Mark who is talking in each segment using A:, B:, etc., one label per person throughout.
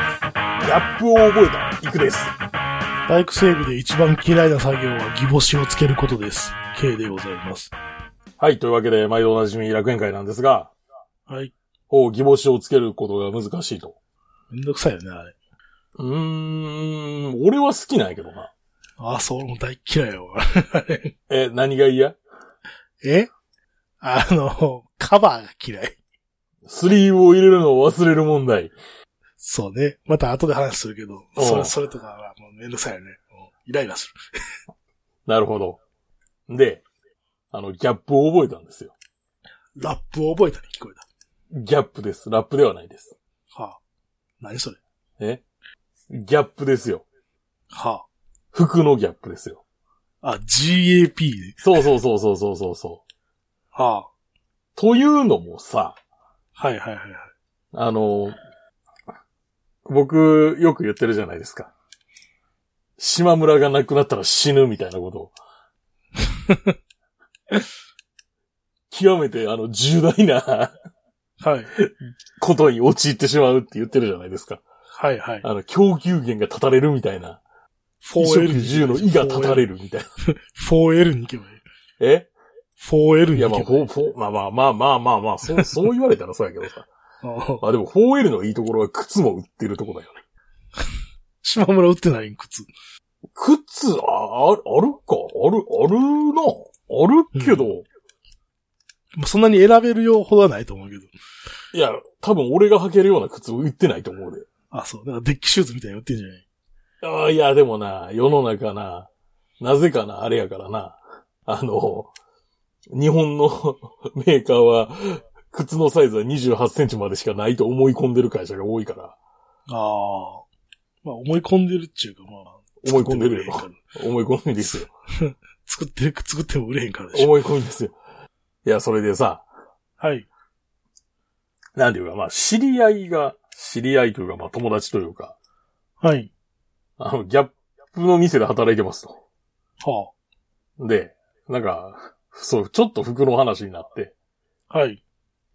A: ャップを覚えた、いくです。
B: バイク整備で一番嫌いな作業はギボシをつけることです。K でございます。
A: はい、というわけで、毎度おなじみ楽園会なんですが、
B: はい。
A: ほう、義母詞をつけることが難しいと。
B: めんどくさいよね、あれ。
A: うーん、俺は好きなんやけどな。
B: あ、そう、俺も大嫌いよ。
A: え、何が嫌
B: えあの、カバーが嫌い。
A: スリーブを入れるのを忘れる問題。
B: そうね。また後で話するけど、
A: おう
B: それ、それとかはもうめんどくさいよね。もうイライラする。
A: なるほど。で、あの、ギャップを覚えたんですよ。
B: ラップを覚えたに聞こえ
A: ギャップです。ラップではないです。
B: た。はあ。何それ
A: えギャップですよ。
B: は
A: 服のギャップですよ。
B: あ。あ、GAP ね。
A: そうそうそうそうそうそうそう。
B: はあ。
A: というのもさ、
B: はいはいはいはい。
A: あの、僕、よく言ってるじゃないですか。島村が亡くなったら死ぬみたいなことを。 極めて、あの、重大な
B: はい。
A: ことに陥ってしまうって言ってるじゃないですか。
B: はいはい。
A: あの、供給源が断たれるみたいな。衣
B: 4L
A: 食住の意が断たれるみたいな。
B: 4L に行けばいい。
A: え
B: 4L
A: い
B: に
A: や、
B: 行
A: まあ、
B: けばいい。
A: ほうほうまあまあまあまあまあまあ、そう、そう言われたらそうやけどさ。
B: うん
A: まあでも 4L のいいところは靴も売ってるとこだよね。
B: 島村売ってない靴。
A: 靴、あ、ああるか、ある、あるな。あるけど、
B: まあ、そんなに選べるようほどはないと思うけど。
A: いや、多分俺が履けるような靴売ってないと思うで。
B: あ、そう。なんかデッキシューズみたいに売ってんじゃない
A: ああ、いや、でもな、世の中な、なぜかな、あれやからな。あの、日本の メーカーは、靴のサイズは28センチまでしかないと思い込んでる会社が多いから、
B: ああ。まあ、思い込んでるっちゅうか、まあ。
A: 思い込んでるよ
B: 作っても売れへんか
A: 思
B: ら
A: い込みですよ。
B: 作ってる、作って も売れへんからでしょ。
A: 思い込みですよ。いや、それでさ、
B: はい。
A: なんていうか、まあ、知り合いが、知り合いというか、まあ、友達というか、
B: はい。
A: あの、ギャップの店で働いてますと。
B: は
A: で、なんか、そう、ちょっと服の話になって、
B: あ。はい。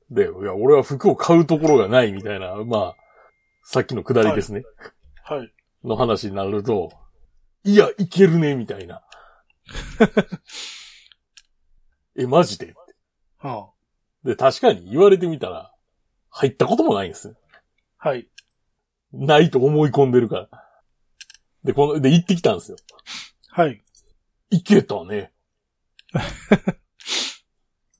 A: で、いや、俺は服を買うところがないみたいな、まあ、さっきのくだりですね、
B: はい。
A: の話になると、いや、いけるね、みたいな。 え、マジで
B: は
A: で、確かに言われてみたら、入ったこともないんです。
B: あ。はい。
A: ないと思い込んでるから。で、この、で、行ってきたんですよ。
B: はい。
A: いけたね。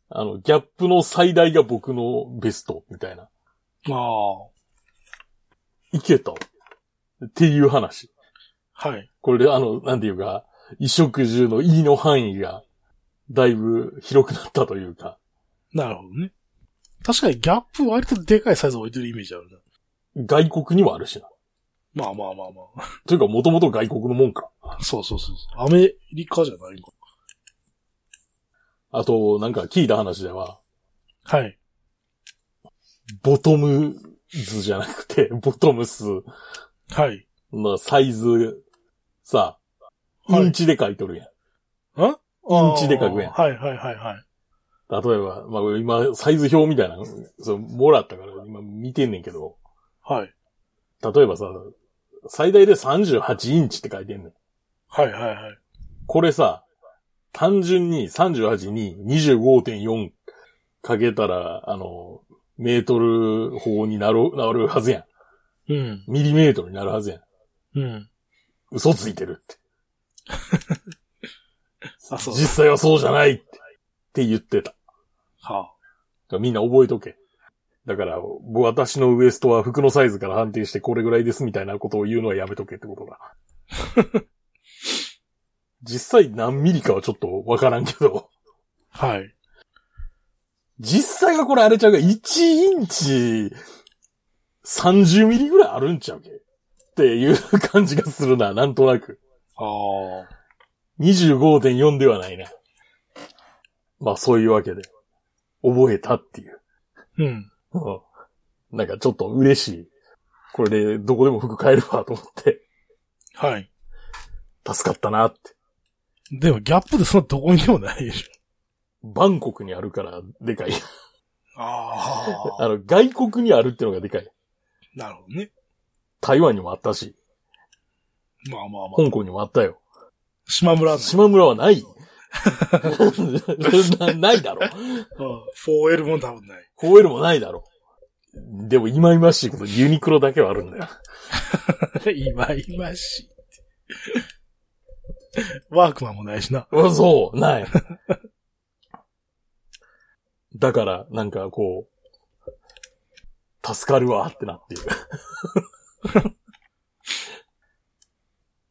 A: あの、ギャップの最大が僕のベスト、みたいな。
B: ああ。
A: いけた。っていう話。
B: はい。
A: これで、あの、なんていうか、衣食住の E の範囲が、だいぶ広くなったというか、
B: なるほどね。確かにギャップ割とでかいサイズ置いてるイメージあるな。
A: 外国にもあるしな。
B: まあまあまあまあ。
A: というか、もともと外国のもんか。
B: そうそうそうそう。アメリカじゃないんか。
A: あと、なんか聞いた話では、
B: はい。
A: ボトムズじゃなくて、ボトムス
B: はい。
A: のサイズ、さ、イ
B: はい
A: ンチで書いとるやん。
B: うん
A: ちで書くやん
B: はいはいはいはい。
A: 例えば、まあ、今、サイズ表みたいなの、そう、もらったから、今見てんねんけど、
B: はい。
A: 例えばさ、最大で38インチって書いてんねん。
B: はいはいはい。
A: これさ、単純に38に25.4かけたら、あの、メートル法になる、なるはずや
B: うん。
A: ん。ミリメートルになるはずやん。
B: うん。
A: 嘘ついてるって。
B: あ、そう。
A: 実際はそうじゃないってって言ってた。
B: は
A: みんな覚えとけ。だから、僕私のウエストは服のサイズから判定してこれぐらいですみたいなことを言うのはやめとけってことだ。実際何ミリかはちょっとわからんけど。
B: あ。はい。
A: 実際はこれあれちゃうか、1インチ30ミリぐらいあるんちゃうけっていう感じがするな、なんとなく。
B: ああ。
A: 25.4ではないな。まあそういうわけで、覚えたっていう。
B: うん。
A: うんなんかちょっと嬉しい。これでどこでも服買えるわと思って、
B: はい。
A: 助かったなって。
B: でもギャップでそんなどこにでもないでし
A: バンコクにあるからでかい。
B: ょ。あ
A: あの、外国にあるってのがでかい。
B: なるほどね。
A: 台湾にもあったし、
B: まあまあまあ。
A: 香港にもあったよ。
B: 島村の。
A: 島村はない なないだろ。
B: うん。4L も多分ない。
A: 4L もないだろ。でも今々しいこと、ユニクロだけはあるんだよ。
B: 今今しいって。 ワークマンもないしな。
A: うわそう、ない。 だから、なんかこう、助かるわってなっていう。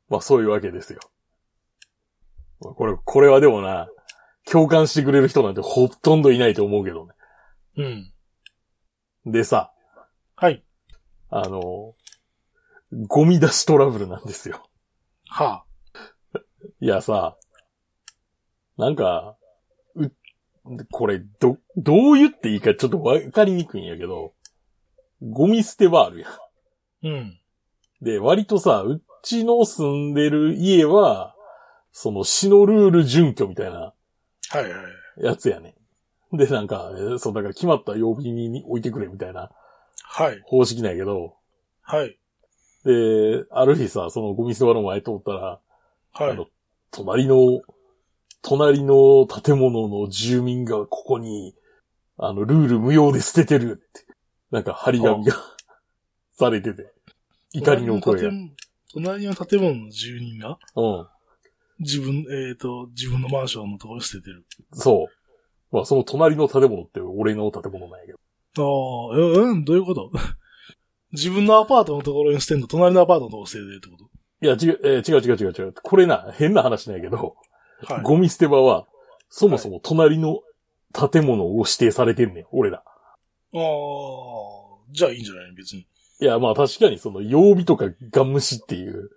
A: まあそういうわけですよ。まあこれ、これはでもな、共感してくれる人なんてほとんどいないと思うけどね。
B: うん。
A: でさ、
B: はい。
A: あの、ゴミ出しトラブルなんですよ。
B: はい
A: やさ、なんか、う、これ、ど、どう言っていいかちょっとわかりにくいんやけど、ゴミ捨て場あるやん。
B: あ。うん。
A: で、割とさ、うちの住んでる家は、その市のルール準拠みたいな
B: はいはい。
A: やつやねん。で、なんか、えーそう、だから決まった曜日に置いてくれみたいな
B: はい。
A: 方式なんやけど、
B: はい。
A: で、ある日さ、そのゴミ捨て場の前通ったら、
B: は
A: あの
B: い。、
A: 隣の、隣の建物の住民がここに、あの、ルール無用で捨ててるって、なんか張り紙がされてて、怒りの声が。う
B: 隣の建物。隣の建物の住人が、
A: ん。
B: 自分、えっ、と、自分のマンションのところに捨ててる。
A: そう。まあ、その隣の建物って俺の建物なんやけど。
B: ああ、うん、うん、どういうこと 自分のアパートのところに捨てんの、隣のアパートのところに捨ててるってこ
A: いや、違う、えー違う違う違う違う。これな、変な話なんやけど、
B: とはい。
A: ゴミ捨て場は、そもそも隣の建物を指定されてんねん、俺ら。
B: ああ、じゃあいいんじゃない別に。
A: いや、まあ確かにその曜日とかガムシっていう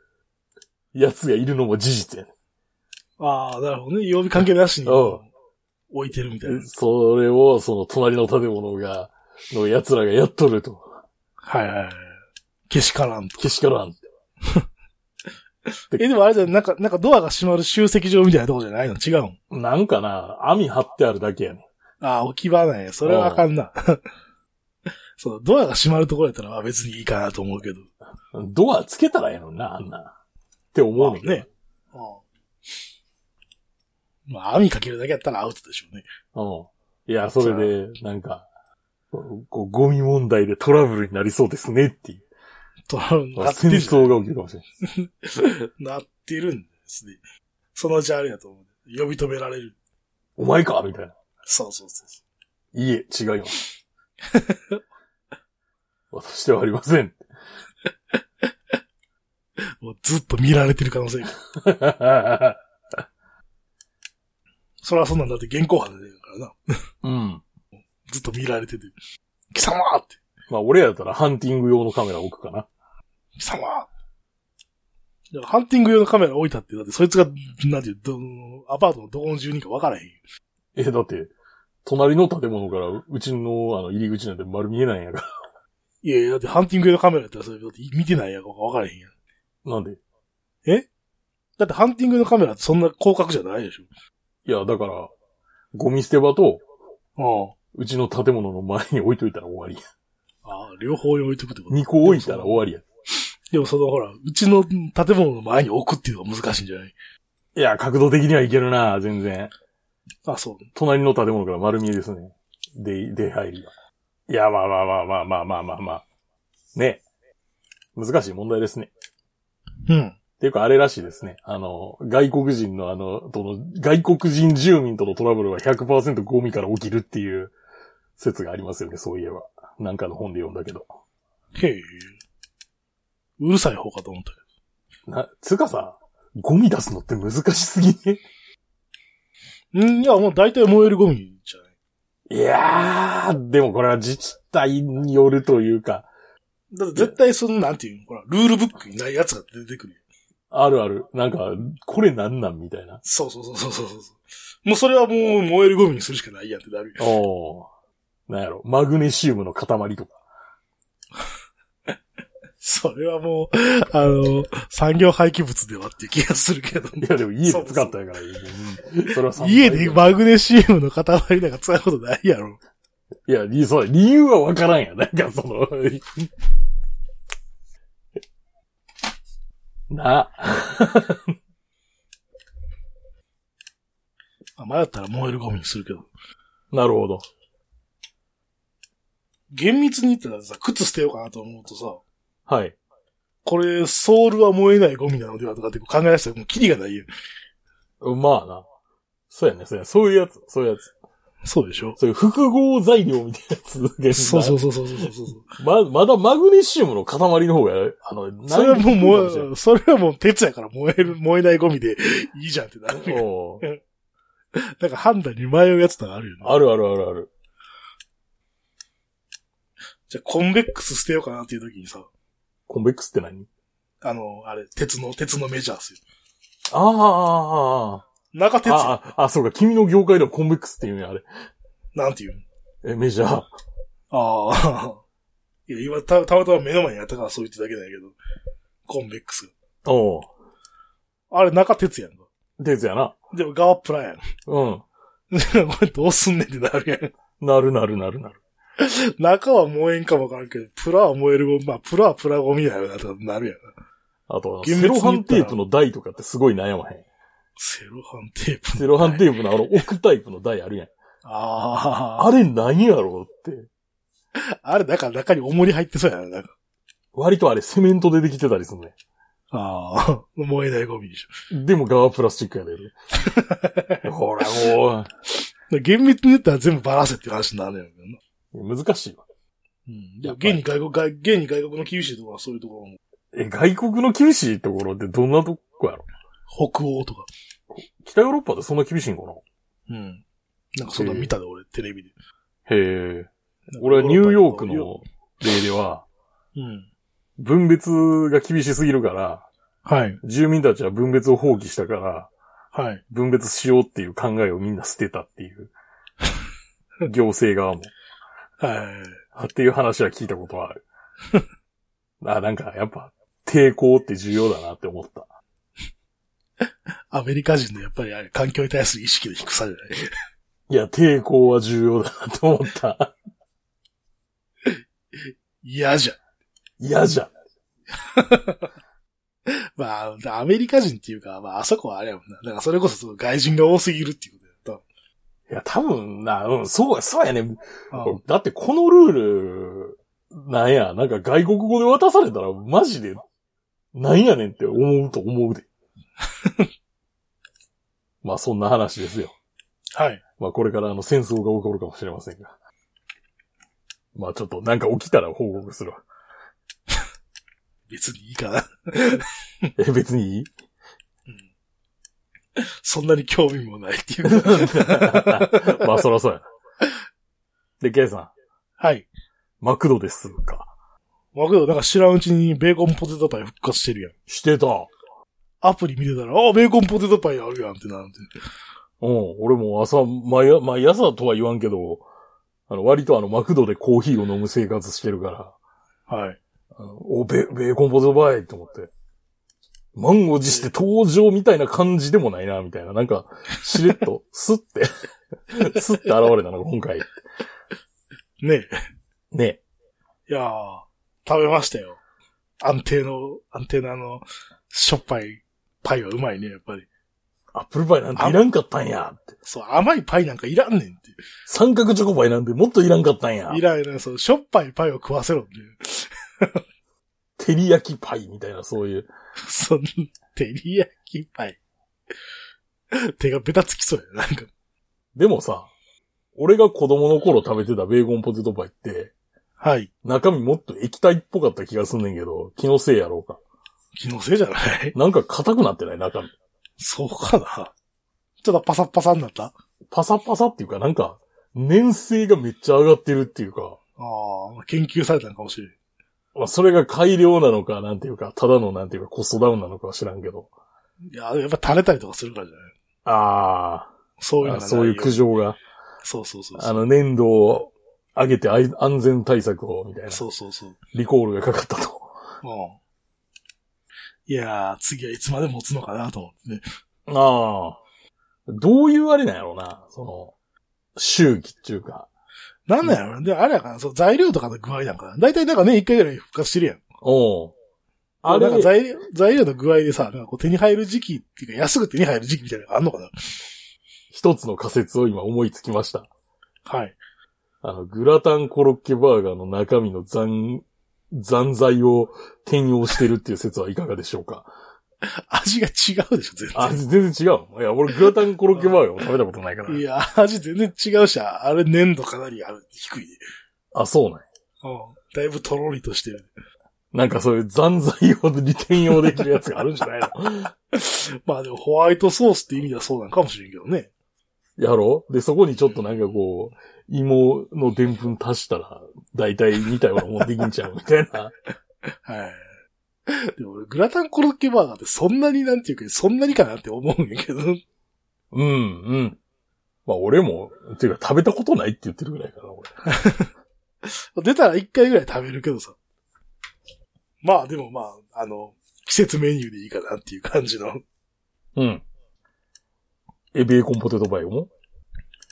A: やつがいるのも事実やね。
B: ああ、なるほどね。曜日関係なしに
A: うん
B: 置いてるみたいな。
A: それをその隣の建物が、の奴らがやっとると。
B: はいはいはい。けしからんと。
A: けしからん。
B: え、でもあれじゃん、なんか、なんかドアが閉まる集積場みたいなとこじゃないの違うの
A: なんかな、網張ってあるだけやね。
B: ああ、置き場なんや。それはあかんな。 そう、ドアが閉まるところやったらまあ別にいいかなと思うけど。
A: ドアつけたらええのにな、あんな。って思うねんけど。
B: ね。うん。まあ、網かけるだけやったらアウトでしょうね。
A: うん。いや、それで、なんか、こう、ゴミ問題でトラブルになりそうですねっていう。
B: と、
A: ま
B: な
A: あ
B: って
A: 戦
B: る。
A: 争が起きるかもしれない。
B: なってるんですね。そのうちあれやと思う。呼び止められる。
A: お前かみたいな。
B: そうそうそうそ
A: いいえ、違います。 私ではありません。
B: う。もうずっと見られてる可能性が。それはそんなんだって現行犯で出るからな。
A: うん。
B: ずっと見られてて。貴様って。
A: まあ、俺やったらハンティング用のカメラ置くかな。
B: 貴様だからハンティング用のカメラ置いたって、だってそいつが、なんていう、どアパートのどこの住人か分からへんよ。
A: え、だって、隣の建物からううちのあの入り口なんて丸見えないんやか
B: いやいや、だってハンティング用のカメラやったらそれ、だって見てないやんか分からへんやん。
A: ら。 なんで。
B: だってハンティングのカメラってそんな広角じゃないでし
A: いや、だから、ゴミ捨て場と、
B: ょ。
A: うちの建物の前に置いといたら終わりや。
B: うん。ああ、両方に置いとくってこと
A: 2個置いたら終わりや。
B: でもそのほら、うちの建物の前に置くっていうのが難しいんじゃない
A: いや、角度的にはいけるな、全然。
B: あ、そう。
A: 隣の建物から丸見えですね。で、出入りが。いや、まあまあまあまあまあまあまあまあ。ね。難しい問題ですね。
B: うん。
A: っていうか、あれらしいですね。あの、外国人のあの、との、外国人住民とのトラブルは100%ゴミから起きるっていう説がありますよね、そういえば。なんかの本で読んだけど。
B: へえ。うるさい方かと思ったけ
A: な、つうかさ、ゴミ出すのって難しすぎね。
B: ど。うん、いや、もう大体燃えるゴミじゃない。
A: いやー、でもこれは自治体によるというか、
B: だって絶対その、なんていうの、ほら、ルールブックにないやつが出てくるよ。
A: あるある。なんか、これなんなんみたいな。
B: そうそうそうそうそうそう。もうそれはもう燃えるゴミにするしかないやんってなるよ。
A: おー。なんやろ、マグネシウムの塊とか。
B: それはもう、あの、産業廃棄物ではっていう気がするけど。
A: いや、でも家で使ったんやから、うんそれはさ
B: 家でマグネシウムの塊なんか使うことないやろ。
A: いや、理そう理由はわからんや。なんかその、 な。
B: まあ、前だったら燃えるゴミにするけど。
A: なるほど。
B: 厳密に言ったらさ、靴捨てようかなと思うとさ、
A: はい。
B: これ、ソールは燃えないゴミなのではとかって考え出したらもうキリがないよ。
A: まあな。そうやね、そうや。そういうやつ、そういうやつ。
B: そうでしょ
A: そういう複合材料みたいなやつが。
B: そうそううそうそうそうそうそう。
A: ま、まだマグネシウムの塊の方が、あの、
B: それは
A: 難易度低い
B: もう
A: かしれない
B: 燃え、それはもう鉄やから燃える、燃えないゴミでいいじゃんってなる。
A: おう
B: なんか判断に迷うやつとかあるよね。
A: あるあるあるある。
B: じゃあコンベックス捨てようかなっていう時にさ、
A: コンベックスって何
B: あの、あれ、鉄の、鉄のメジャーする。
A: ああ、ああ
B: 中鉄
A: ああ、
B: や、
A: ああ、あ、そうか、君の業界ではコンベックスっていうね、あれ。
B: なんていうの
A: え、メジャー。
B: ああ。いや、今た、たまたま目の前にあったからそう言ってだけだけど、コンベックス。
A: おう
B: あれ、中鉄やんか。
A: 鉄やな。
B: でも、側プラや
A: う
B: ん。
A: ん。
B: これどうすんねんってなるやん。
A: なるなるなるなる。
B: 中は燃えんかもわからんけど、プラは燃えるゴミ、まあ、プラはプラゴミだよな、とかなるやん。
A: あと、
B: 厳
A: セ
B: 密
A: ロ
B: に言ったら
A: ハンテープの台とかってすごい悩まへん。
B: セロハンテープ。
A: セロハンテープのあの置くタイプの台あるやん。
B: あ
A: あれ何やろうって。
B: あ。あれ、だから中に重り入ってそうやな、なんか。
A: 割とあれセメントでできてたりするね。
B: ああ。燃えないゴミでし
A: でも側プラスチックやね ん。ほらも
B: ょ。厳密に言ったら全部バラせっていう話になるやんけどな。
A: う、難しいわ。
B: うん。でも、現に外国、外現に外国の厳しいところはそういうところも、
A: え、外国の厳しいところってどんなとこやろ
B: 北欧とか。
A: 北ヨーロッパでそんな厳しいんかな
B: うん。なんかそんな見たで、俺、テレビで。
A: へえ。俺はニューヨークの例では、
B: うん。
A: 分別が厳しすぎるから、
B: はい。
A: 住民たちは分別を放棄したから、
B: はい。
A: 分別しようっていう考えをみんな捨てたっていう。行政側も。
B: はい。
A: っていう話は聞いたことはある。あ、なんかやっぱ抵抗って重要だなって思った。
B: アメリカ人のやっぱりあれ、環境に対する意識の低さじゃない。
A: いや、抵抗は重要だなと思った。
B: 嫌じゃん。
A: 嫌じゃん。
B: まあ、アメリカ人っていうか、まあ、あそこはあれやもんな。だからそれこそその外人が多すぎるっていうことやっ
A: いや、多分な、うん、そうや、そうやね。
B: た。あ
A: だってこのルール、なんや、なんか外国語で渡されたらマジで、なんやねんって思うと思うで。まあそんな話ですよ。
B: はい。
A: まあこれからあの戦争が起こるかもしれませんが。まあちょっとなんか起きたら報告するわ。
B: 別にいいかな。
A: え、別にい い
B: うんそんなに興味もないっていうか。
A: まあそらそうやな。で、ケイさん、
B: はい。
A: マクドですか。
B: まあけど、なんか知らんうちにベーコンポテトパイ復活してるやん。
A: してた。
B: アプリ見てたら、ああ、ベーコンポテトパイあるやんってなんて。
A: うん、俺も朝、毎毎朝とは言わんけど、あの、割とあの、マクドでコーヒーを飲む生活してるから、
B: はい。
A: あのお、ベ、ベーコンポテトバイと思って、満を持して登場みたいな感じでもないな、みたいな。なんか、しれっと、 スッて、スッて現れたのが今回。
B: ねえ。
A: ね。
B: いやー、食べましたよ。安定の、 安定のあの、しょっぱいパイはうまいね、やっぱり。
A: アップルパイなんていらんかったんやって。
B: そう、甘いパイなんかいらんねんって。
A: 三角チョコパイなんてもっといらんかったんや
B: い。らんいらん、そう、しょっぱいパイを食わせろっていう。
A: 照り焼きパイみたいな、そういう。
B: そんな、照り焼きパイ。手がベタつきそうやな、なんか。
A: でもさ、俺が子供の頃食べてたベーコンポテトパイって、
B: はい。
A: 中身もっと液体っぽかった気がすんねんけど、気のせいやろうか。
B: 気のせいじゃない
A: なんか硬くなってない中身。
B: そうかな。ちょっとパサッパサになったあ
A: パサパサっていうか、なんか、粘性がめっちゃ上がってるっていうか、
B: あ、研究されたのかもしれん。
A: まあ、それが改良なのか、なんていうか、ただのなんていうか、コストダウンなのかは知らんけど。
B: いや、やっぱ垂れたりとかするからじゃない
A: あ
B: そういうの
A: あ、
B: がないよ
A: そういう苦情が、
B: そうそうそうそ
A: あ
B: う。
A: の、粘土を上げてあい安全対策を、みたいな、
B: そうそうそう。
A: リコールがかかったと。
B: うん。いやー、次はいつまで持つのかなと思ってね。
A: ああ。どういうあれなんやろうな、その、周期っていうか。
B: なんなんやろなで、あれやから、そう、材料とかの具合なんかな。だいたいなんかね、一回ぐらい復活してるやん。
A: おうあ
B: なんか
A: れ、
B: 材料、材料の具合でさ、なんかこう手に入る時期っていうか、安く手に入る時期みたいなのがあんのかな
A: 一つの仮説を今思いつきました。
B: はい。
A: あの、グラタンコロッケバーガーの中身の残、残材を転用してるっていう説はいかがでしょうか
B: 味が違うでしょ、全
A: あ、全然違う。いや、俺グラタンコロッケバーガーを食べたことないから
B: 然。い。や、味全然違うし、あれ粘度かなりある低いね。
A: あ、そうなんや
B: うん。だいぶとろりとしてる。
A: なんかそういう残材を利点用できるやつがあるんじゃないの
B: まあでもホワイトソースって意味ではそうなんかもしれんけどね。
A: やろで、そこにちょっとなんかこう、芋の澱粉足したら、だいたい似たようなもんできんちゃうみたい な。
B: はい。でも俺、グラタンコロッケバーガーってそんなになんていうか、そんなにかなって思うんやけど。
A: うん、うん。まあ俺も、っていうか食べたことないって言ってるぐらいかな、俺。
B: 出たら一回ぐらい食べるけどさ。まあでもまあ、あの、季節メニューでいいかなっていう感じの。
A: うん。え、ベーコンポテトバイオも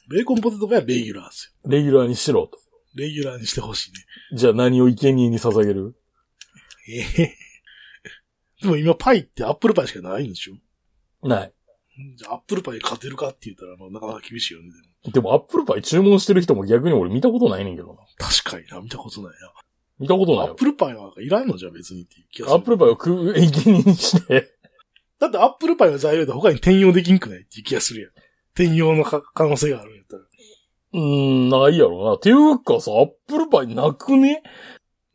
B: ベーコンポテトパイはレギュラーです
A: レギュラーにしろと。
B: よ。レギュラーにしてほしいね。
A: じゃあ何を生贄に捧げる
B: えへへでも今パイってアップルパイしかないんでしょ
A: ない。
B: じゃあアップルパイ勝てるかって言ったら、まあなかなか厳しいよね。でも
A: でもアップルパイ注文してる人も逆に俺見たことないねんけどな。
B: 確かにな、見たことない
A: 見たこと
B: な。
A: な
B: ア
A: い
B: ッ
A: よ。
B: プルパイはいらんのじゃあ別にっていう気がす
A: ア
B: る。
A: ップルパイを食う、生贄にして。
B: だってアップルパイの材料で他に転用できんくないっていう気がするやん。転用のか可能性があるんやったら。
A: うーん、ないやろな。ていうかさ、アップルパイなくね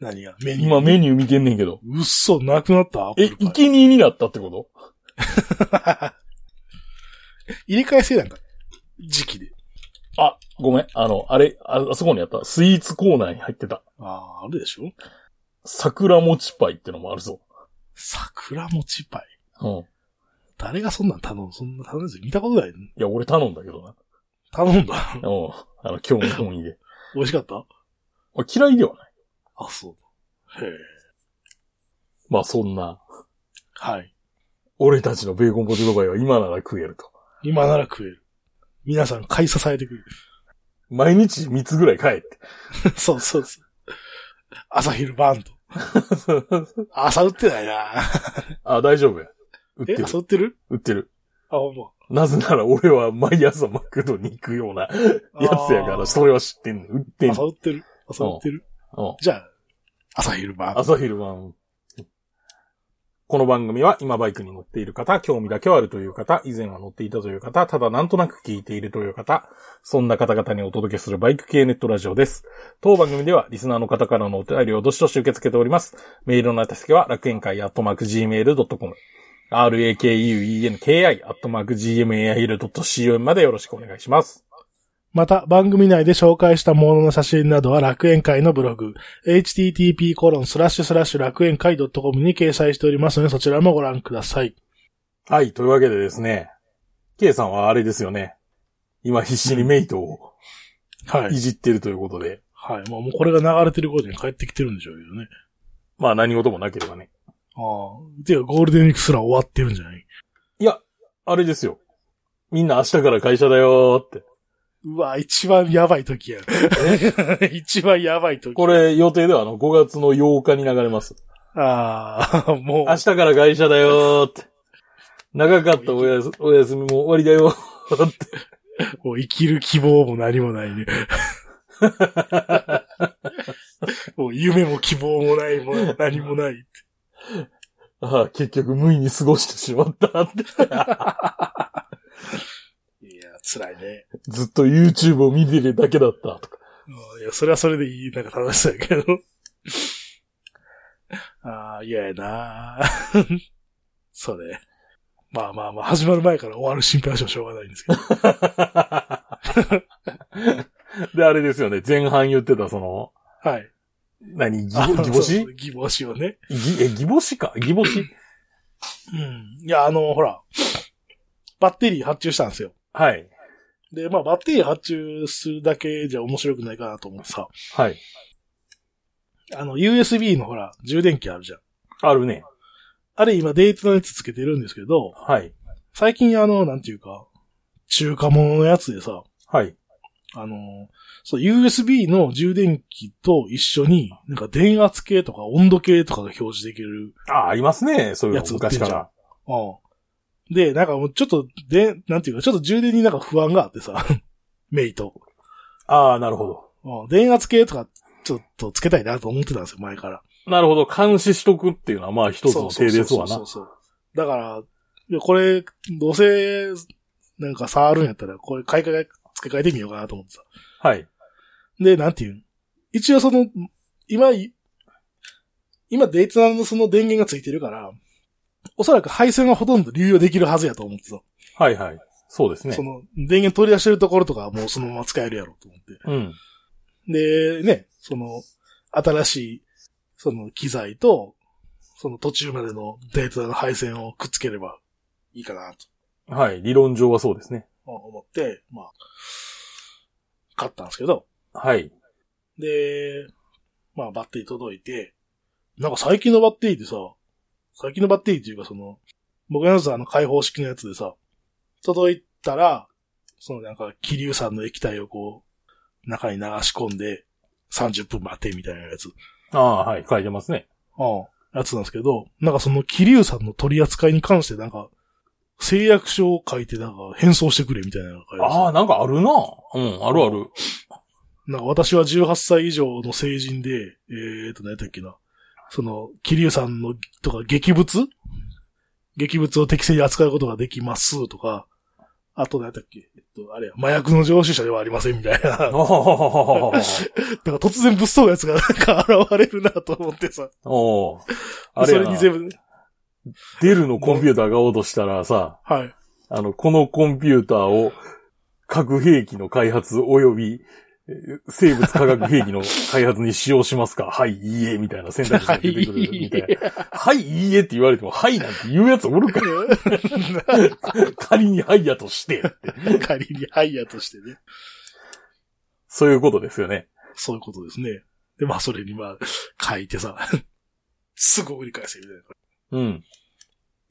B: 何がメニュー。
A: 今メニュー見てんねんけど。
B: うっそ、なくなったアップ
A: え、
B: ルパイ。
A: 生贄になったってこと
B: 入れ替え制なんか、時期で。
A: あ、ごめん。あの、あれ、ああそこにあった。スイーツコーナーに入ってた。
B: ああ、あるでしょ
A: 桜餅パイってのもあるぞ。
B: 桜餅パイ。
A: うん。い
B: 誰がそんなん頼むそんな頼むやつ見たことない。
A: や、俺頼んだけどな。
B: 頼んだ。
A: うん。あの、興味本位で。
B: 美味しかった
A: まあ嫌いではない。
B: あ、そう。へえ。
A: まあそんな、
B: はい。
A: 俺たちのベーコンポテトバイは今なら食えると。
B: 今なら食える。皆さん買い支えてくれる。
A: 毎日3つぐらい買えって。
B: そうそうそう。朝昼晩 と。朝売ってないな
A: あ、大丈夫や。売って
B: え、
A: る。
B: 朝売ってる
A: 売ってる。
B: あ、ほんま。
A: なぜなら俺は毎朝マクドに行くようなやつやから、それは知ってんねん。売ってんね
B: 朝
A: ん。
B: 売ってる朝売ってる
A: うん
B: じゃあ、朝昼晩。
A: 朝昼晩。この番組は今バイクに乗っている方、興味だけはあるという方、以前は乗っていたという方、ただなんとなく聞いているという方、そんな方々にお届けするバイク系ネットラジオです。当番組ではリスナーの方からのお便りをどしどし受け付けております。メールの宛先は楽園会アットマーク Gmail.com、rakuenki アットマーク Gmail.com までよろしくお願いします。
B: また、番組内で紹介したものの写真などは楽園会のブログ、http コロンスラッシュスラッシュ楽園会 .com に掲載しておりますので、そちらもご覧ください。
A: はい、というわけでですね、K さんはあれですよね。今必死にメイトを
B: はいい。
A: じってるということで、
B: はい。まあ、もうこれが流れてる頃には帰ってきてるんでしょうけどね。
A: まあ何事もなければね。
B: ああ。ていうか、ゴールデンウィークすら終わってるんじゃない
A: いや、あれですよ。みんな明日から会社だよーって。
B: うわ、一番やばい時や。一番やばい時。
A: これ予定ではあの5月の8日に流れます。
B: ああ、もう
A: 明。日から会社だよーって。長かったおやすお休みも終わりだよーって。
B: もう生きる希望も何もないね。もう夢も希望もない、もう何もない。
A: ああ、結局無意に過ごしてしまったって。
B: いや、辛いね。
A: ずっと YouTube を見てるだけだったとか。
B: うんいや、それはそれでいい、なんか楽しそうやけど。 ああ、嫌やな それ。まあまあまあ、始まる前から終わる心配はしてもしょうがないんですけど。
A: で、あれですよね。前半言ってたその、
B: はい。
A: 何
B: あ
A: ぎ、ぎぼ
B: そう
A: し
B: そう義母子をね。
A: ぎ、え、ぎぼしかぎぼし
B: うん。いや、あの、ほら、バッテリー発注したんですよ。
A: はい。
B: で、まあ、バッテリー発注するだけじゃ面白くないかなと思ってさ、
A: はい。
B: あの、USB のほら、充電器あるじゃん。
A: あるね。
B: あれ今、デイトのやつつけてるんですけど、
A: はい。
B: 最近あの、なんていうか、中華物のやつでさ、
A: はい。
B: あの、そう、USB の充電器と一緒に、なんか電圧計とか温度計とかが表示できる。
A: ああ、ありますね。そういう
B: や
A: の
B: つ売ってんじ
A: 昔
B: ゃん
A: から。
B: うん。で、なんかもうちょっと、で、なんていうか、ちょっと充電になんか不安があってさ、 メイト。
A: ああ、なるほど。
B: うん電圧計とか、ちょっとつけたいなと思ってたんですよ、前から。
A: なるほど。監視しとくっていうのは、まあ一つの手ですわな
B: そうそう。そうそうそう。だから、いやこれ、どうせ、なんか触るんやったら、これ買い替え、付け替えてみようかなと思ってさ。
A: はい。
B: で、なんていうん一応その、今、い今データのその電源がついてるから、おそらく配線はほとんど流用できるはずやと思ってさ。
A: はいはい。そうですね
B: そ。の、電源取り出してるところとかはもうそのまま使えるやろと思って。
A: うん。
B: で、ね、その、新しい、その機材と、その途中までのデータの配線をくっつければいいかなと
A: はい。理論上はそうですね。
B: 思って、まあ、買ったんですけど、
A: はい。
B: で、まあバッテリー届いて、なんか最近のバッテリーってさ、最近のバッテリーっていうかその、僕のやつはあの開放式のやつでさ、届いたら、そのなんか、気流さんの液体をこう、中に流し込んで、30分待てみたいなやつ。
A: ああ、はい。書いてますね。
B: やつなんですけど、なんかその気流さんの取り扱いに関してなんか、誓約書を書いてなんか変装してくれみたいなのが書いて
A: ああ、なんかあるな。うん、あるあ る。
B: なんか私は18歳以上の成人で、えーと、何やったっけな。その、桐生さんの、とか、劇物劇物を適正に扱うことができますとか、あと何やったっけえっと、あれや、麻薬の常習者ではありませんみたいな。だ か
A: お
B: ら突然物騒なやつがなんか現れるなと思ってさ。
A: おあれ
B: そ
A: や
B: れに
A: な
B: 全部、
A: デルのコンピューターが落としたらさ、
B: はい。
A: あの、このコンピューターを核兵器の開発及びえー生物化学兵器の開発に使用しますかはい、いいえ、みたいな選択肢が出てくるみたいな。はい、いいえって言われても、はいなんて言うやつおるか仮にはいやとしてって。
B: 仮にハイヤーとしてね。
A: そういうことですよね。
B: そういうことですね。で、まあそれにまあ、書いてさ、すぐ折り返せみたいな。
A: うん。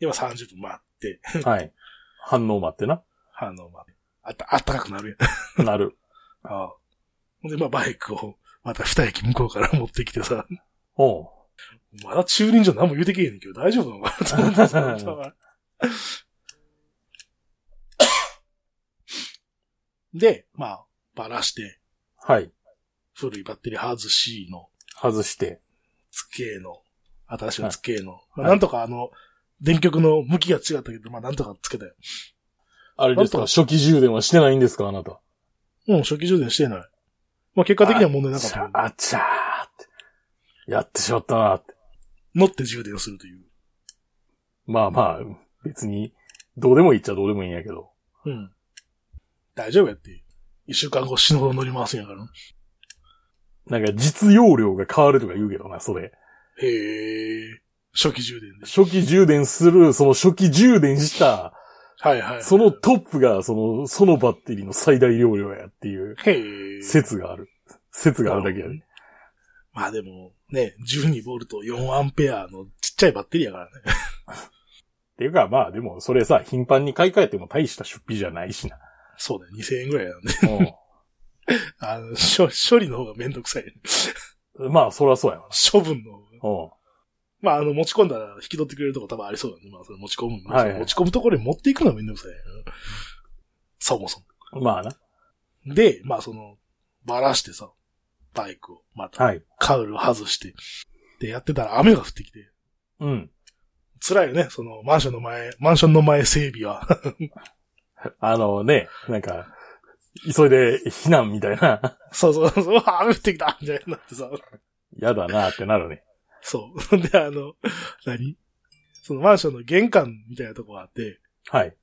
B: 今30分待って、
A: はい。反応待ってな。
B: あの、まあ、あった、あったかくなるやん。
A: なる。
B: ああほんで、まあ、バイクを、また二駅向こうから持ってきてさ、
A: おう。
B: まだ駐輪場何も言うてけえへんけど、大丈夫なのかなと思ってさ で、まあ、ばらして、
A: はい。
B: 古いバッテリー外しの、
A: 外して。
B: つけの、新しいのつけの、
A: は
B: ま
A: い
B: あ、なんとかあの、電極の向きが違ったけど、まあ、なんとかつけたよ。
A: あれですか
B: なん
A: 初期充電はしてないんですかあなた。
B: うん、初期充電してない。まあ、結果的には問題なかっ
A: ち
B: た
A: ゃ
B: けど。
A: あちゃーって。やってしまったなって。
B: 乗って充電をするという。
A: まあまあ、別に、どうでもいいっちゃどうでもいいんやけど。
B: うん。大丈夫やって。一週間後死ぬほど乗り回すんやからな。
A: なんか実用量が変わるとか言うけどな、それ。
B: へえ。初期充電で。
A: 初期充電する、その初期充電した、
B: はいはいはい。
A: そのトップが、その、そのバッテリーの最大容量やっていう
B: へえ。
A: 説がある。説があるだけやね。
B: まあでも、ね、12ボルト4アンペアのちっちゃいバッテリーやからね。
A: っていうか、まあでも、それさ、頻繁に買い替えても大した出費じゃないしな。
B: そうだよ、2000円ぐらいなんで。
A: う
B: あの、処処理の方がめんどくさい。
A: ん まあ、そらそうやわ
B: 処分の方が。
A: な。うん
B: まああの、持ち込んだら引き取ってくれるとこ多分ありそうだね。まあそれ持ち込むんで、
A: はいはい
B: その持ち込むところに持っていくのはめんどくさいやな。そもそ
A: まあな。
B: も。で、まあその、ばらしてさ、バイクを、また。
A: はい。
B: カウル外して、で、やってたら雨が降ってきて、
A: うん。
B: 辛いよね、その、マンションの前、マンションの前整備は。
A: あのね、なんか、急いで避難みたいな、
B: そうそうそう、うわ雨降ってきたみたいになってさ、
A: 嫌だなってなるね。
B: そう。 で、あの、何そのマンションの玄関みたいなとこがあって、
A: はい。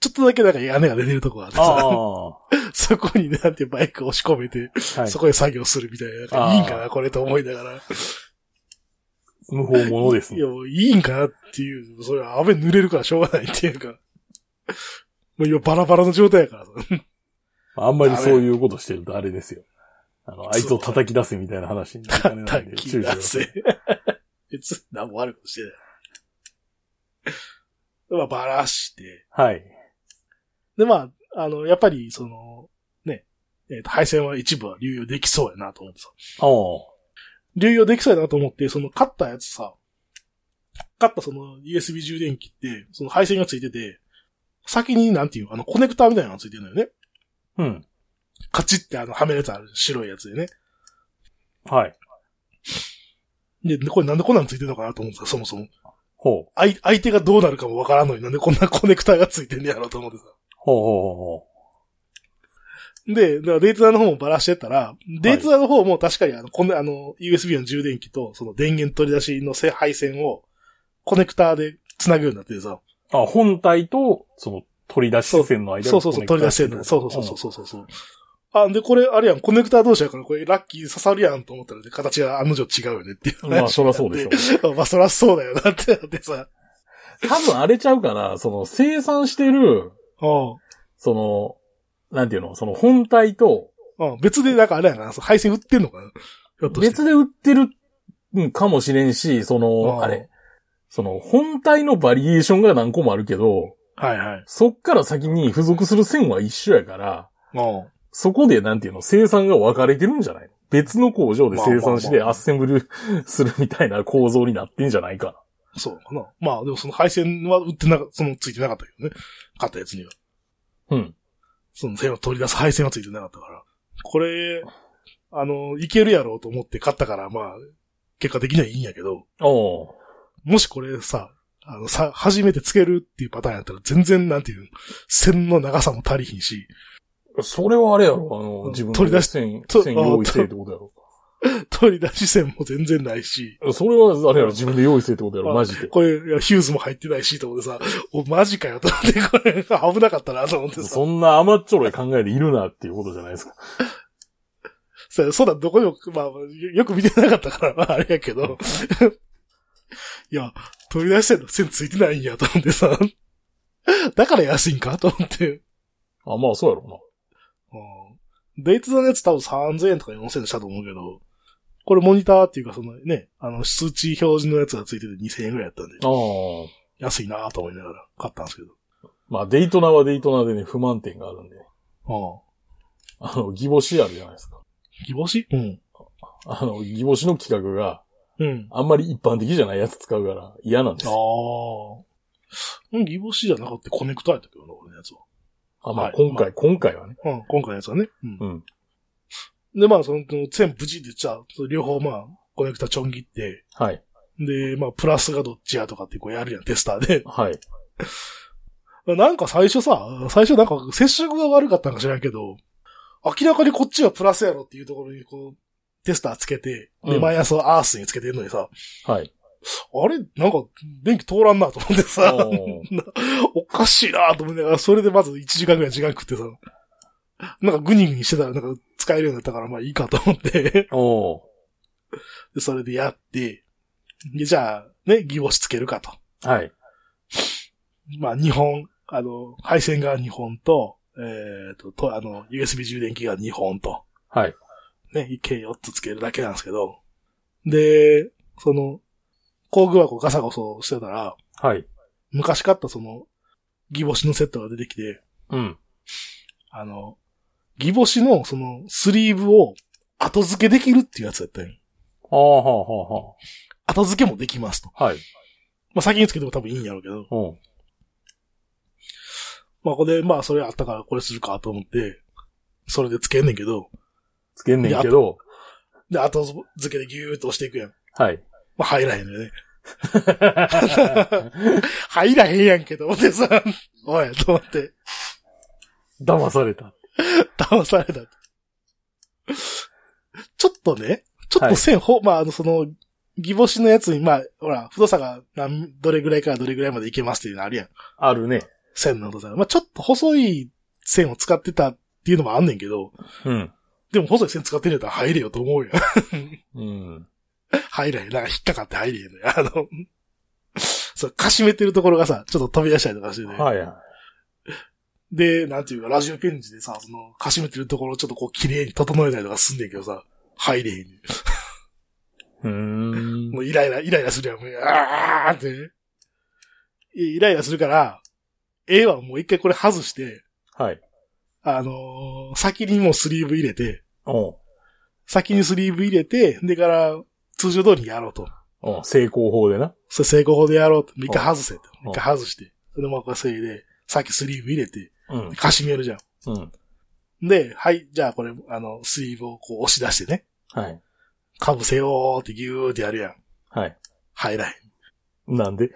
B: ちょっとだけなんか屋根が出てるとこがあって
A: あ
B: さ、
A: あ。は
B: そこになんてバイク押し込めて、そこで作業するみたいな、なん
A: あ
B: か
A: ー
B: いいんかな、これと思いながら。
A: い。無法者です
B: い
A: ね
B: や、。もういいんかなっていう、それは雨濡れるからしょうがないっていうか、もう今バラバラの状態やからさ。
A: あんまりそういうことしてるとあれですよ。あの、あいつを叩き出せみたいな話になりかねないん
B: 叩
A: で
B: き出
A: 注意し
B: せ。 別に何も悪いことしてない。でまあ、ばらして。
A: ろはい。
B: で、まあ、あの、やっぱり、その、ね、えーと配線は一部は流用できそうやなと思ってさ。
A: ああ。
B: 流用できそうやなと思って、その買ったやつさ、買ったその USB 充電器って、その配線がついてて、先になんていうのあの、コネクターみたいなのがついてるのよね。
A: うん。
B: カチってあの、はめるやつある。白いやつでね。
A: はい。
B: で、これなんでこんなんついてるのかなと思ってさ、そもそも。
A: ほう。
B: あい相手がどうなるかもわからんのになんでこんなコネクターがついてんねやろうと思ってさ。
A: ほうほうほ
B: で、だからデータの方もバラしてったら、データの方も確かにあの、こんな、あの、USB の充電器と、その電源取り出しのせ配線を、コネクターで繋ぐようになっててさ、
A: うほう。あ、本体と、その、取り出し線の間
B: そうそうそう、取り出してるの。そうそうそうそうそうそう。あ、で、これ、あれやん、コネクター同士やから、これラッキー刺さるやんと思ったら、で形が案の定違うよねっていう話になって。
A: まあそらそうでし
B: ょ。 まあ、そらそうだよなってなってさ。
A: うん。 多分あれちゃうから、その、生産してる、
B: う
A: その、なんていうの、その本体と、
B: ん。うん。別で、なんかあれやな、その配線売ってんのかなひょっとして。
A: 別で売ってるんかもしれんし、そ
B: あ
A: の、
B: あ
A: あれ、その本体のバリエーションが何個もあるけど、
B: はいはい。
A: そっから先に付属する線は一緒やから、
B: うん。
A: そこでなんていうの、生産が分かれてるんじゃないの別の工場で生産し
B: まあまあ
A: て
B: まあ
A: アッセンブル するみたいな構造になってんじゃないか
B: そうかな。まあ、でもその配線は売ってなかそのついてなかったけどね。買ったやつには。
A: な。うん。
B: その線を取り出す配線はついてなかったから。これ、あの、いけるやろうと思って買ったから、まあ、結果的にはいいんやけど、
A: おう
B: もしこれさ、あの、さ、初めてつけるっていうパターンやったら全然なんていうの、線の長さも足りひんし、
A: それはあれやろ、あ
B: うん
A: の、自分
B: 取り出し
A: 線、
B: と
A: 線用意してってことやろ。
B: 取り出し線も全然ないし、
A: それはあれやろ、自分で用意してってことやろ、
B: あ
A: マジで。
B: これ、いやヒューズも入ってないし、と思ってさ、お、マジかよ、と思って、これ、危なかったな、と思ってさ。
A: そんな甘っちょろい考えでいるなっていうことじゃないですか。
B: そうそうだ、どこでも、まあ、よよく見てなかったから、まあ、あれやけど。いや、取り出してんの線ついてないんや、と思ってさ。だから安いんかと思って。
A: あ、まあそうやろうな。
B: うん、デイツのやつ多分3000円とか4000円したと思うけど、これモニターっていうかそのね、あの、数値表示のやつがついてて2000円ぐらいやったんで、
A: ああ。
B: 安いなと思いながら買ったんですけど。
A: まあ、デイトナはデイトナでね、不満点があるんで。
B: う
A: あの、ギボシあるじゃないですか。
B: ん。ギボシうん。
A: あの、ギボシの企画が
B: うん。
A: あんまり一般的じゃないやつ使うから嫌なんです
B: あ
A: よ。
B: あ。うん、ギボシじゃなくてコネクタやったけどな、俺のやつは。
A: あ、ま
B: は
A: あ
B: い
A: 今回、今回はね。
B: うん、今回のやつはね。うん。
A: うん。
B: で、まあ、その、全部無事で、じゃあ、その両方まあ、コネクタちょん切って、
A: はい。。
B: で、まあ、プラスがどっちやとかってこうやるやん、テスターで
A: はい。
B: なんか最初さ、最初なんか接触が悪かったんか知らんけど、明らかにこっちはプラスやろっていうところにこう、テスターつけて、で、
A: うん
B: マイナスをアースにつけてんのにさ、
A: はい。
B: あれなんか、電気通らんなと思ってさ、
A: おー
B: おかしいなと思いながら、それでまず1時間ぐらい時間食ってさ、なんかグニグニしてたらなんか使えるようになったから、まあいいかと思って、
A: おー
B: で、それでやって、で、じゃあ、ね、ギボシつけるかと。
A: はい。
B: まあ、2本、あの、配線が2本と、えっ、と、と、あの、USB 充電器が2本と、
A: はい。
B: ね、計4つつけるだけなんですけど、で、その、工具箱ガサゴソしてたら、
A: はい。
B: 昔買ったその、ギボシのセットが出てきて、
A: うん。
B: あの、ギボシのその、スリーブを後付けできるっていうやつやったんよ
A: ああ、はあ、はあ、は
B: 後付けもできますと。
A: あ。はい。
B: まあ、先につけても多分いいんやろうけど、
A: うん。
B: まあ、これ、まあ、それあったからこれするかと思って、それでつけんねんけど、
A: つけんねんけど。
B: で、後付けでギューっと押していくやん。
A: はい。
B: まあ、入らへんのよね。入らへんやんけど、でさ、おい、と思って、
A: 騙された。
B: 騙された。ちょっとね、ちょっと線、ほ、まあ、あの、その、ギボシのやつに、まあ、ほら、太さが何、どれぐらいからどれぐらいまでいけますっていうのあるやん。
A: あるね。
B: 線の太さが。まあ、ちょっと細い線を使ってたっていうのもあんねんけど、
A: うん。
B: でも細い線使ってるやったら入れよと思うやん。
A: うん。
B: 入れへん。なんか引っかかって入れへんの よ。あの、そう、かしめてるところがさ、ちょっと飛び出したりとかしてて。
A: はいはい。
B: で、なんていうか、ラジオペンチでさ、その、かしめてるところをちょっとこう、綺麗に整えたりとかすんねんけどさ、入れへ
A: う
B: ん。
A: ーん
B: も。うイライラ、イライラするやん。もうあーってね。イイライラするから、A はもう一回これ外して、
A: はい。
B: あのー先にもうスリーブ入れて、
A: うん。
B: 先にスリーブ入れて、でから、通常通りにやろうと。
A: うん。成功法でな。
B: それ成功法でやろうと。一回外せと。
A: うん
B: 一回外して。それでもうこれせいで、先スリーブ入れて、
A: うん。
B: かしめるじゃ
A: うん。
B: ん。で、はい、じゃあこれ、あの、スリーブをこう押し出してね。
A: はい。
B: かぶせようってギューってやるやん。
A: はい。
B: 入らへん。
A: なんで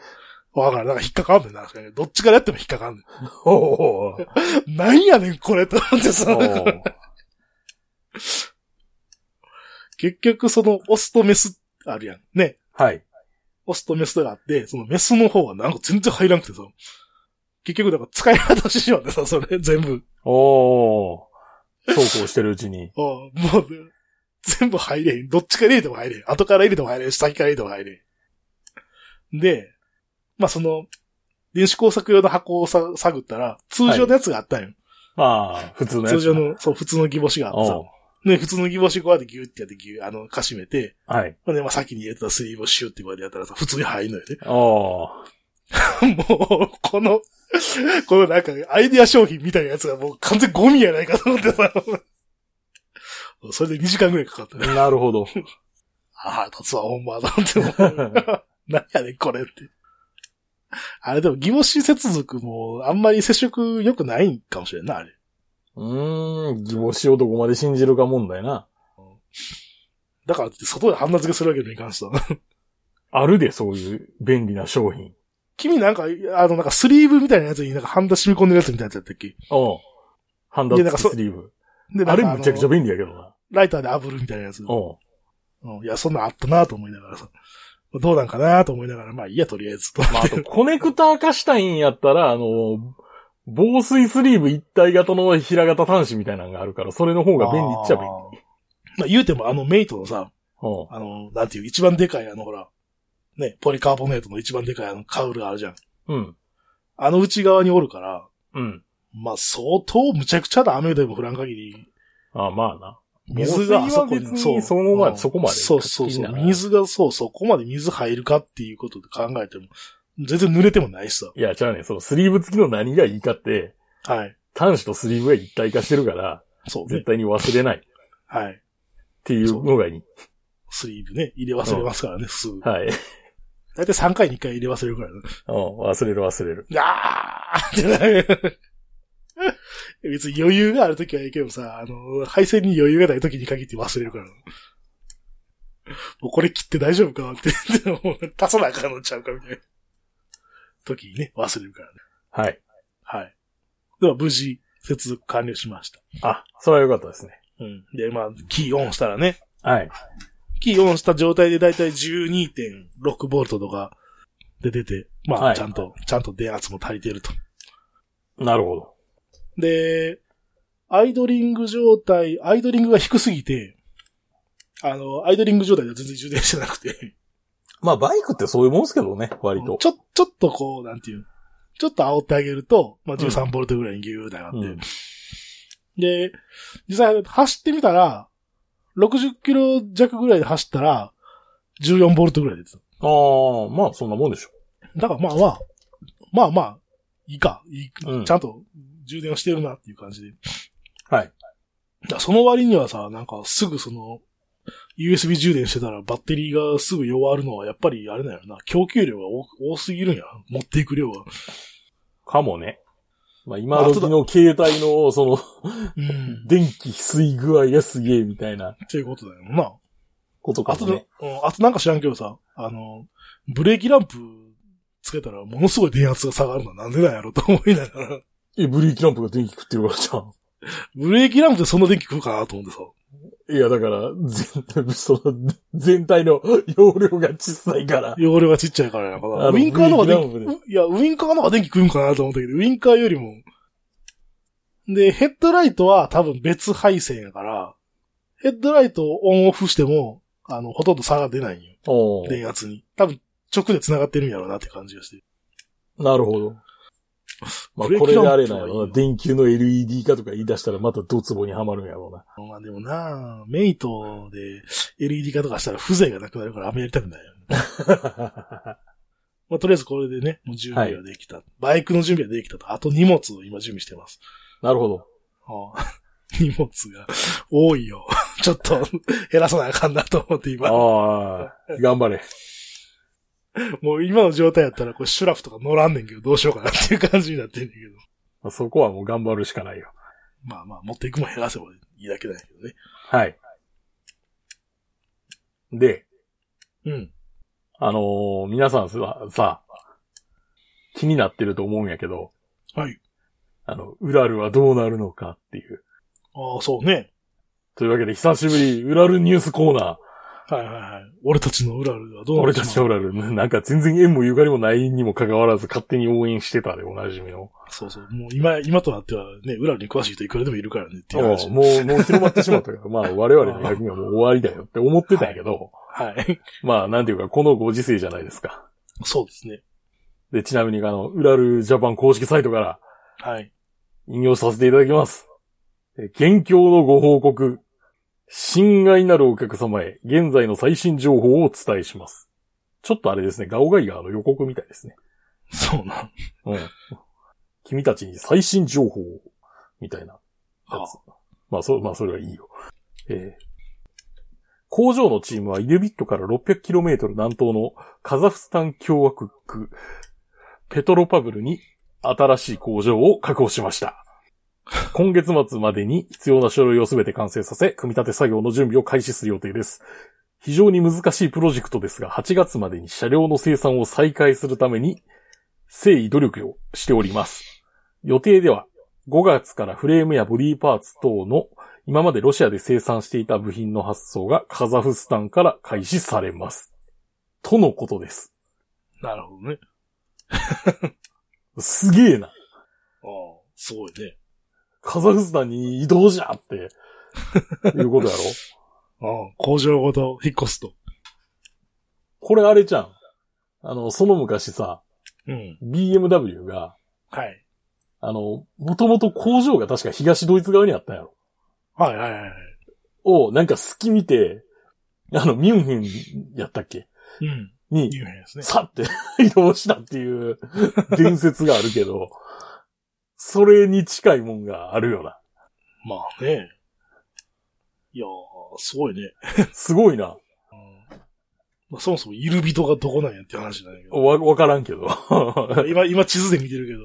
B: わからん。なんか引っかかんねんな。どっちからやっても引っかかんね
A: おおー
B: ん。なんやねん、これと思ってさ
A: お。ー
B: 結局、その、オスとメス、あるやん。ね。
A: はい。
B: オスとメスがあって、そのメスの方はなんか全然入らなくてさ。結局、だから使い方しようってさ、それ、全部。
A: おお。そうこうしてるうちに。
B: ああもう、全部入れへん。どっちから入れても入れへん。後から入れても入れへん。先から入れても入れへん。で、まあ、その、電子工作用の箱をさ探ったら、通常のやつがあったんよ。
A: まあ、普通のやつ。
B: 通常。の、そう、普通のギボシがあってさ
A: お。
B: で、普通のギボシこうやってギューってやってギュー、あの、かしめて、
A: ーはい。
B: ほんで、まあ、先に入れてたスリーブをシューってこうやってやったらさ、普通に入んのよね。
A: おお。
B: もう、この、 このなんか、アイデア商品みたいなやつがもう完全ゴミやないかと思ってさ。それで2時間ぐらいかかったね。
A: なるほ ど。
B: ああ、立つわ、ほんまだって思 う。なんやねん、これって。あれでも、ギボシ接続も、あんまり接触良くないんかもしれんな、あれ。
A: うーん、疑問しをどこまで信じるか問題な。
B: だからって、外でハンダ付けするわけにもいかんしさ。
A: あるで、そういう便利な商品。
B: 君なんか、あの、なんかスリーブみたいなやつになんかハンダ染み込んでるやつみたいなやつやったっけ
A: おうハンダ付きスリーブ。
B: で、な
A: あ
B: ん
A: れ
B: かあ
A: むちゃくちゃ
B: の、
A: 便利やけどな。
B: ライターで炙るみたいなやつ。
A: おう
B: うんいや、そんなんあったなと思いながらさ。どうなんかなと思いながら、まあいいや、とりあえず。と
A: まあ、あ と、コネクター化したいんやったら、あの、防水スリーブ一体型の平型端子みたいなのがあるから、それの方が便利っちゃ便利。
B: 利。 まあ言うても、あのメイトのさ、
A: おう
B: あの、なんていう、一番でかいあの、ほら、ね、ポリカーボネートの一番でかいあのカウルがあるじゃん。
A: うん。
B: あの内側におるから、
A: うん。
B: まあ相当むちゃくちゃな雨でも降らん限り、
A: ああまあな。
B: 水があそこに
A: 防水は別に、そのまで
B: うん
A: そこまで
B: そうそう
A: 気にな
B: そう。
A: らん
B: 水が、そう、そこまで水入るかっていうことで考えても、全然濡れてもないし
A: いや、じゃあね、そのスリーブ付きの何がいいかって、
B: さ。はい。
A: 端子とスリーブが一体化してるから、
B: そうね
A: 絶。対に忘れないっ
B: はい。
A: ていうのがいい。
B: スリーブね、入れ忘れますからね、すぐ。
A: はい。
B: だいたい3回に1回入れ忘れるからね。
A: うん、忘れる忘れる。
B: あーってなる。別に余裕があるときはいいけどさ、あの、配線に余裕がないときに限って忘れるから。もうこれ切って大丈夫かって、もう足さなあかんのちゃうかみたいな。時にね、忘れるからね。
A: はい。
B: はい。では、無事、接続完了しました。
A: あ、それは良かったですね。
B: うん。で、まあ、キーオンしたらね、
A: はい。
B: キーオンした状態でだいたい12.6ボルトとかで出て、まあ、
A: はい
B: ちゃんと、ちゃんと電圧も足りてると。
A: なるほど。
B: で、アイドリング状態、アイドリングが低すぎて、あの、アイドリング状態では全然充電してなくて、
A: まあ、バイクってそういうもんですけどね、
B: ち
A: 割
B: ょ
A: と、。
B: ちょっとこう、なんていう、ちょっと煽ってあげると、まあ、13ボルトぐらいにギューって上がって、
A: うん
B: で、実際走ってみたら、60キロ弱ぐらいで走ったら、14ボルトぐらい出て
A: あ
B: た。
A: あ、まあ、そんなもんでしょ。
B: だからまあまあ、まあまあ、いいか、いい
A: うん
B: ちゃんと充電をしてるなっていう感じで。
A: はい。
B: だからその割にはさ、なんかすぐその、USB 充電してたらバッテリーがすぐ弱るのはやっぱりあれだよな、供給量が多多すぎるんや。持っていく量が。
A: かもね。まあ、今時の携帯の、その、
B: うん。
A: 電気吸い具合がすげえみたいな
B: っていうことだよな。
A: ことか
B: あと
A: も
B: な、
A: ね。
B: うんあとなんか知らんけどさ、あの、ブレーキランプつけたらものすごい電圧が下がるのはなんでなんやろと思いながら、
A: え、ブレーキランプが電気食ってるからじゃ
B: ブレーキランプでそんな電気食うかなと思ってさ。
A: ん。いや、だから、全 体、その、全体の 容量が小さいから。
B: 汚れがちっちゃいからやかな。
A: あの
B: ウインカーの方が
A: ブレーキラン
B: 電気、いや、ウインカーの方が電気食うんかなと思ったけど、ウインカーよりも。で、ヘッドライトは多分別配線やから、ヘッドライトをオンオフしても、あの、ほとんど差が出ないんよ。
A: おー
B: 電圧に。多分直で繋がってるんやろうなって感じがして。
A: なるほど。まあ、
B: ブレー
A: こ
B: キ
A: れ
B: ランプ
A: があれな
B: はいい
A: よ
B: な
A: な。電球の LED 化とか言い出したらまたドツボにはまるんやろうな。
B: まあでもなメイトで LED 化とかしたら風情がなくなるからあんまやりたくないよ ね。まあとりあえずこれでね、もう準備ができた。バイクの準備ができたと。あと荷物を今準備してます。
A: なるほど。
B: あ荷物が多いよ。 ちょっと減らさなあかんなと思って今。
A: ああ、頑張れ。
B: もう今の状態やったら、これシュラフとか乗らんねんけど、どうしようかなっていう感じになってんねんけど。
A: そこはもう頑張るしかないよ。
B: まあまあ、持っていくもん減らせばいいだけだけどね。
A: はい。で、
B: うん。
A: あのー皆さんさ、さ、気になってると思うんやけど、
B: はい。
A: あの、ウラルはどうなるのかっていう。
B: ああ、そうね。
A: というわけで、久しぶり、ウラルニュースコーナー。
B: はいはいはい。俺たちのウラルはどうな
A: 俺
B: るか
A: た
B: な
A: ちのウラル、なんか全然縁もゆかりもないにもかかわらず勝手に応援してたで、おなじみの。
B: そうそう。もう今、今となってはね、ウラルに詳しい人いくらでもいるからねっていう
A: も
B: 話
A: う、。もう広まってしまったから、まあ我々の役目はもう終わりだよって思ってたんやけど、
B: はい。
A: まあなんていうか、このご時世じゃないですか。
B: そうですね。
A: で、ちなみにあの、ウラルジャパン公式サイトから
B: はい。
A: 引用させていただきます。え元凶のご報告。親愛なるお客様へ、現在の最新情報をお伝えします。ちょっとあれですね、ガオガイガーの予告みたいですね。
B: そうなん。
A: うん。君たちに最新情報を、みたいなやつ。
B: あ
A: まあ、そ、まあ、それはいいよ。えー工場のチームはイデビットから 600km 南東のカザフスタン共和国、ペトロパブルに新しい工場を確保しました。今月末までに必要な書類をすべて完成させ、組み立て作業の準備を開始する予定です。非常に難しいプロジェクトですが、8月までに車両の生産を再開するために誠意努力をしております。予定では5月からフレームやボディパーツ等の今までロシアで生産していた部品の発送がカザフスタンから開始されます。とのことです。
B: なるほどね。
A: すげえな。
B: ああ、すごいね。
A: カザフスタンに移動じゃって、いうことやろ。
B: ああ、工場ごと引っ越すと。
A: これあれじゃん。あの、その昔さ、
B: うん。
A: BMW が、
B: はい。
A: あの、もともと工場が確か東ドイツ側にあったんやろ。
B: はいはいはい。
A: を、なんか隙見て、あの、ミュンヘンやったっけ
B: うん。
A: に、
B: 有名ですね。
A: さって 移動したっていう伝説があるけど、それに近いもんがあるよな。
B: まあね。いやー、すごいね。
A: すごいな。
B: うんまあ、そもそもいる人がどこなんやっていう話じゃないけど。
A: わ、わからんけど。
B: 今、今地図で見てるけど、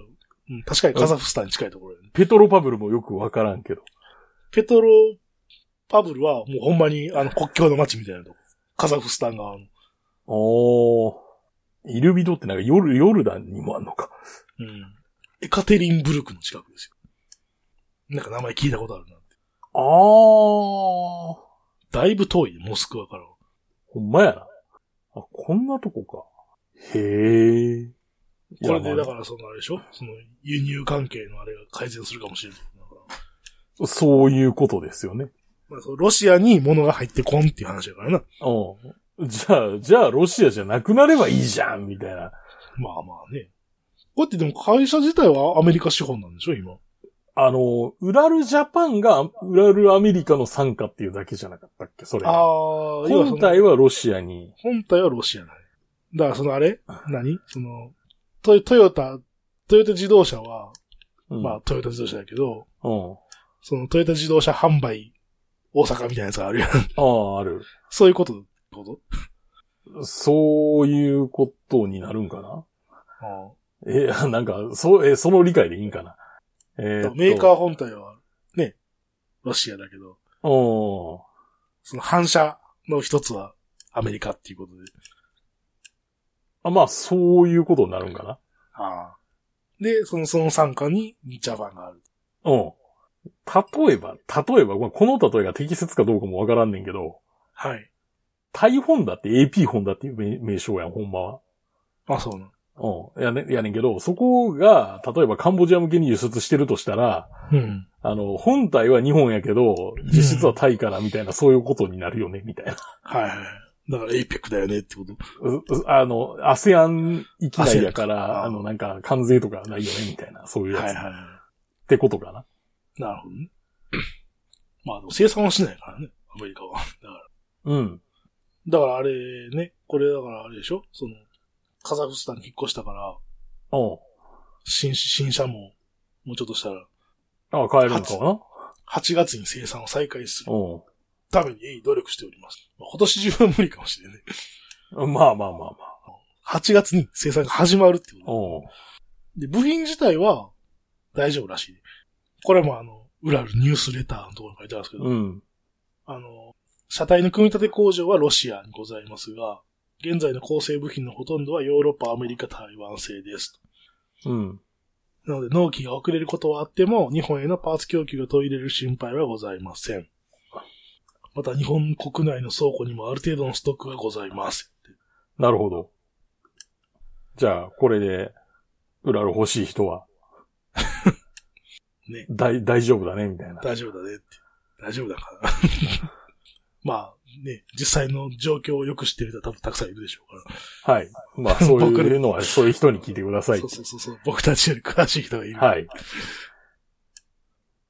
B: うん、確かにカザフスタンに近いところやね。
A: ペトロパブルもよくわからんけど。
B: ペトロパブルはもうほんまにあの国境の街みたいなとこ。カザフスタン側の。
A: おー。イルビドってなんかヨル、ヨルダンにもあんのか。
B: うん。エカテリンブルクの近くですよ。なんか名前聞いたことあるなって。
A: あー。ほ
B: だいぶ遠いね、モスクワからは。
A: んまやな。あ、こんなとこか。へー。
B: これでだ
A: か
B: からそのあれでしょその輸入関係のあれが改善するかもしれない。だから
A: ら、そういうことですよね。
B: まあ、そのロシアに物が入ってこんっていう話だからな。
A: うん。じゃあ、じゃあロシアじゃなくなればいいじゃんみたいな。
B: まあまあね。こうやってでも会社自体はアメリカ資本なんでしょ今。
A: あの、ウラルジャパンがウラルアメリカの傘下っていうだけじゃなかったっけそれ。
B: ああ、要はそ
A: 本
B: の、
A: 体はロシアに。
B: 本体はロシアない。だからそのあれ何その、トヨトヨタ、トヨタ自動車は、
A: うん、
B: まあトヨタ自動車だけど、
A: うん。
B: そのトヨタ自動車販売大阪みたいなやつがあるやん。
A: ああ、ある。
B: そういうことってこと
A: そういうことになるんかな
B: あ
A: え、 なんか、そう、え、その理解でいいんかなえ
B: メーカ
A: ー
B: ー本体は、ね、ロシアだけど、
A: と。うん。
B: その反射の一つはアメリカっていうことで。
A: あまあ、そういうことになるんかな
B: ああ。で、その、その参加にジャパンがある。
A: うん。例えば、例えば、まあこの例えが適切かどうかもわからんねんけど、
B: はい。
A: タイホンダって AP ホンダっていう名名称やん、ほんまは。
B: あ、そうなの。
A: うん。やね、やねんけど、そこが、例えばカンボジア向けに輸出してるとしたら、
B: うん。
A: あの、本体は日本やけど、実質はタイからみたいな、そういうことになるよね、みたいな。
B: はいはい。だから、エイペックだよねってこと。
A: ううあの、ASEAN 域内やか
B: ASEAN
A: ら、
B: か
A: あの、なんか、関税とかないよね、みたいな、そういうやつ。
B: はいはいは
A: ってことかな。
B: い。なるほどね。 まあ、でも生産はしないからね、アメリカは。だから、
A: うん。
B: だからあれね、これだからあれでしょその、カザフスタンに引っ越したから、
A: うん。
B: 新、新車も、もうちょっとしたら、
A: あ、買えるのかも
B: 8月に生産を再開する
A: う
B: ために努力しております。まあ今年中は無理かもしれない。
A: ん。まあまあまあまあ。
B: 8月に生産が始まるっていうこ
A: うん。
B: と。で、部品自体は大丈夫らしい。これもあの、裏あるニュースレターのところに書いてあるんですけど、
A: うん。
B: あの、車体の組み立て工場はロシアにございますが、現在の構成部品のほとんどはヨーロッパ、アメリカ、台湾製です。
A: うん。
B: なので、納期が遅れることはあっても、日本へのパーツ供給が途切れる心配はございません。また、日本国内の倉庫にもある程度のストックがございます。
A: なるほど。じゃあ、これで、うらら欲しい人は、
B: ね
A: 大、大丈夫だね、みたいな。
B: 大丈夫だねって。大丈夫だから。 まあ、ね、実際の状況をよく知ってる人は多分たくさんいるでしょうから。
A: はい。 まあ、そう
B: 僕
A: いうのは、そういう人に聞いてください
B: そう。そうそうそう。僕たちより詳しい人がいる。
A: はい。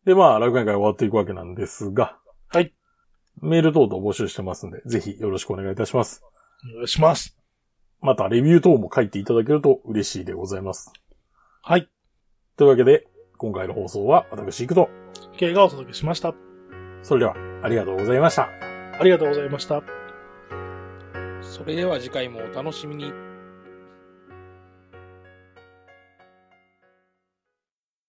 A: で、まあ、楽園会終わっていくわけなんですが。
B: はい。
A: メール等々募集してますんで、ぜひよろしくお願いいたします。
B: お願いします。
A: また、レビュー等も書いていただけると嬉しいでございます。
B: はい。
A: というわけで、今回の放送は私行くと。
B: 経がお届けしました。
A: それでは、ありがとうございました。
B: ありがとうございました。
C: それでは次回もお楽しみに。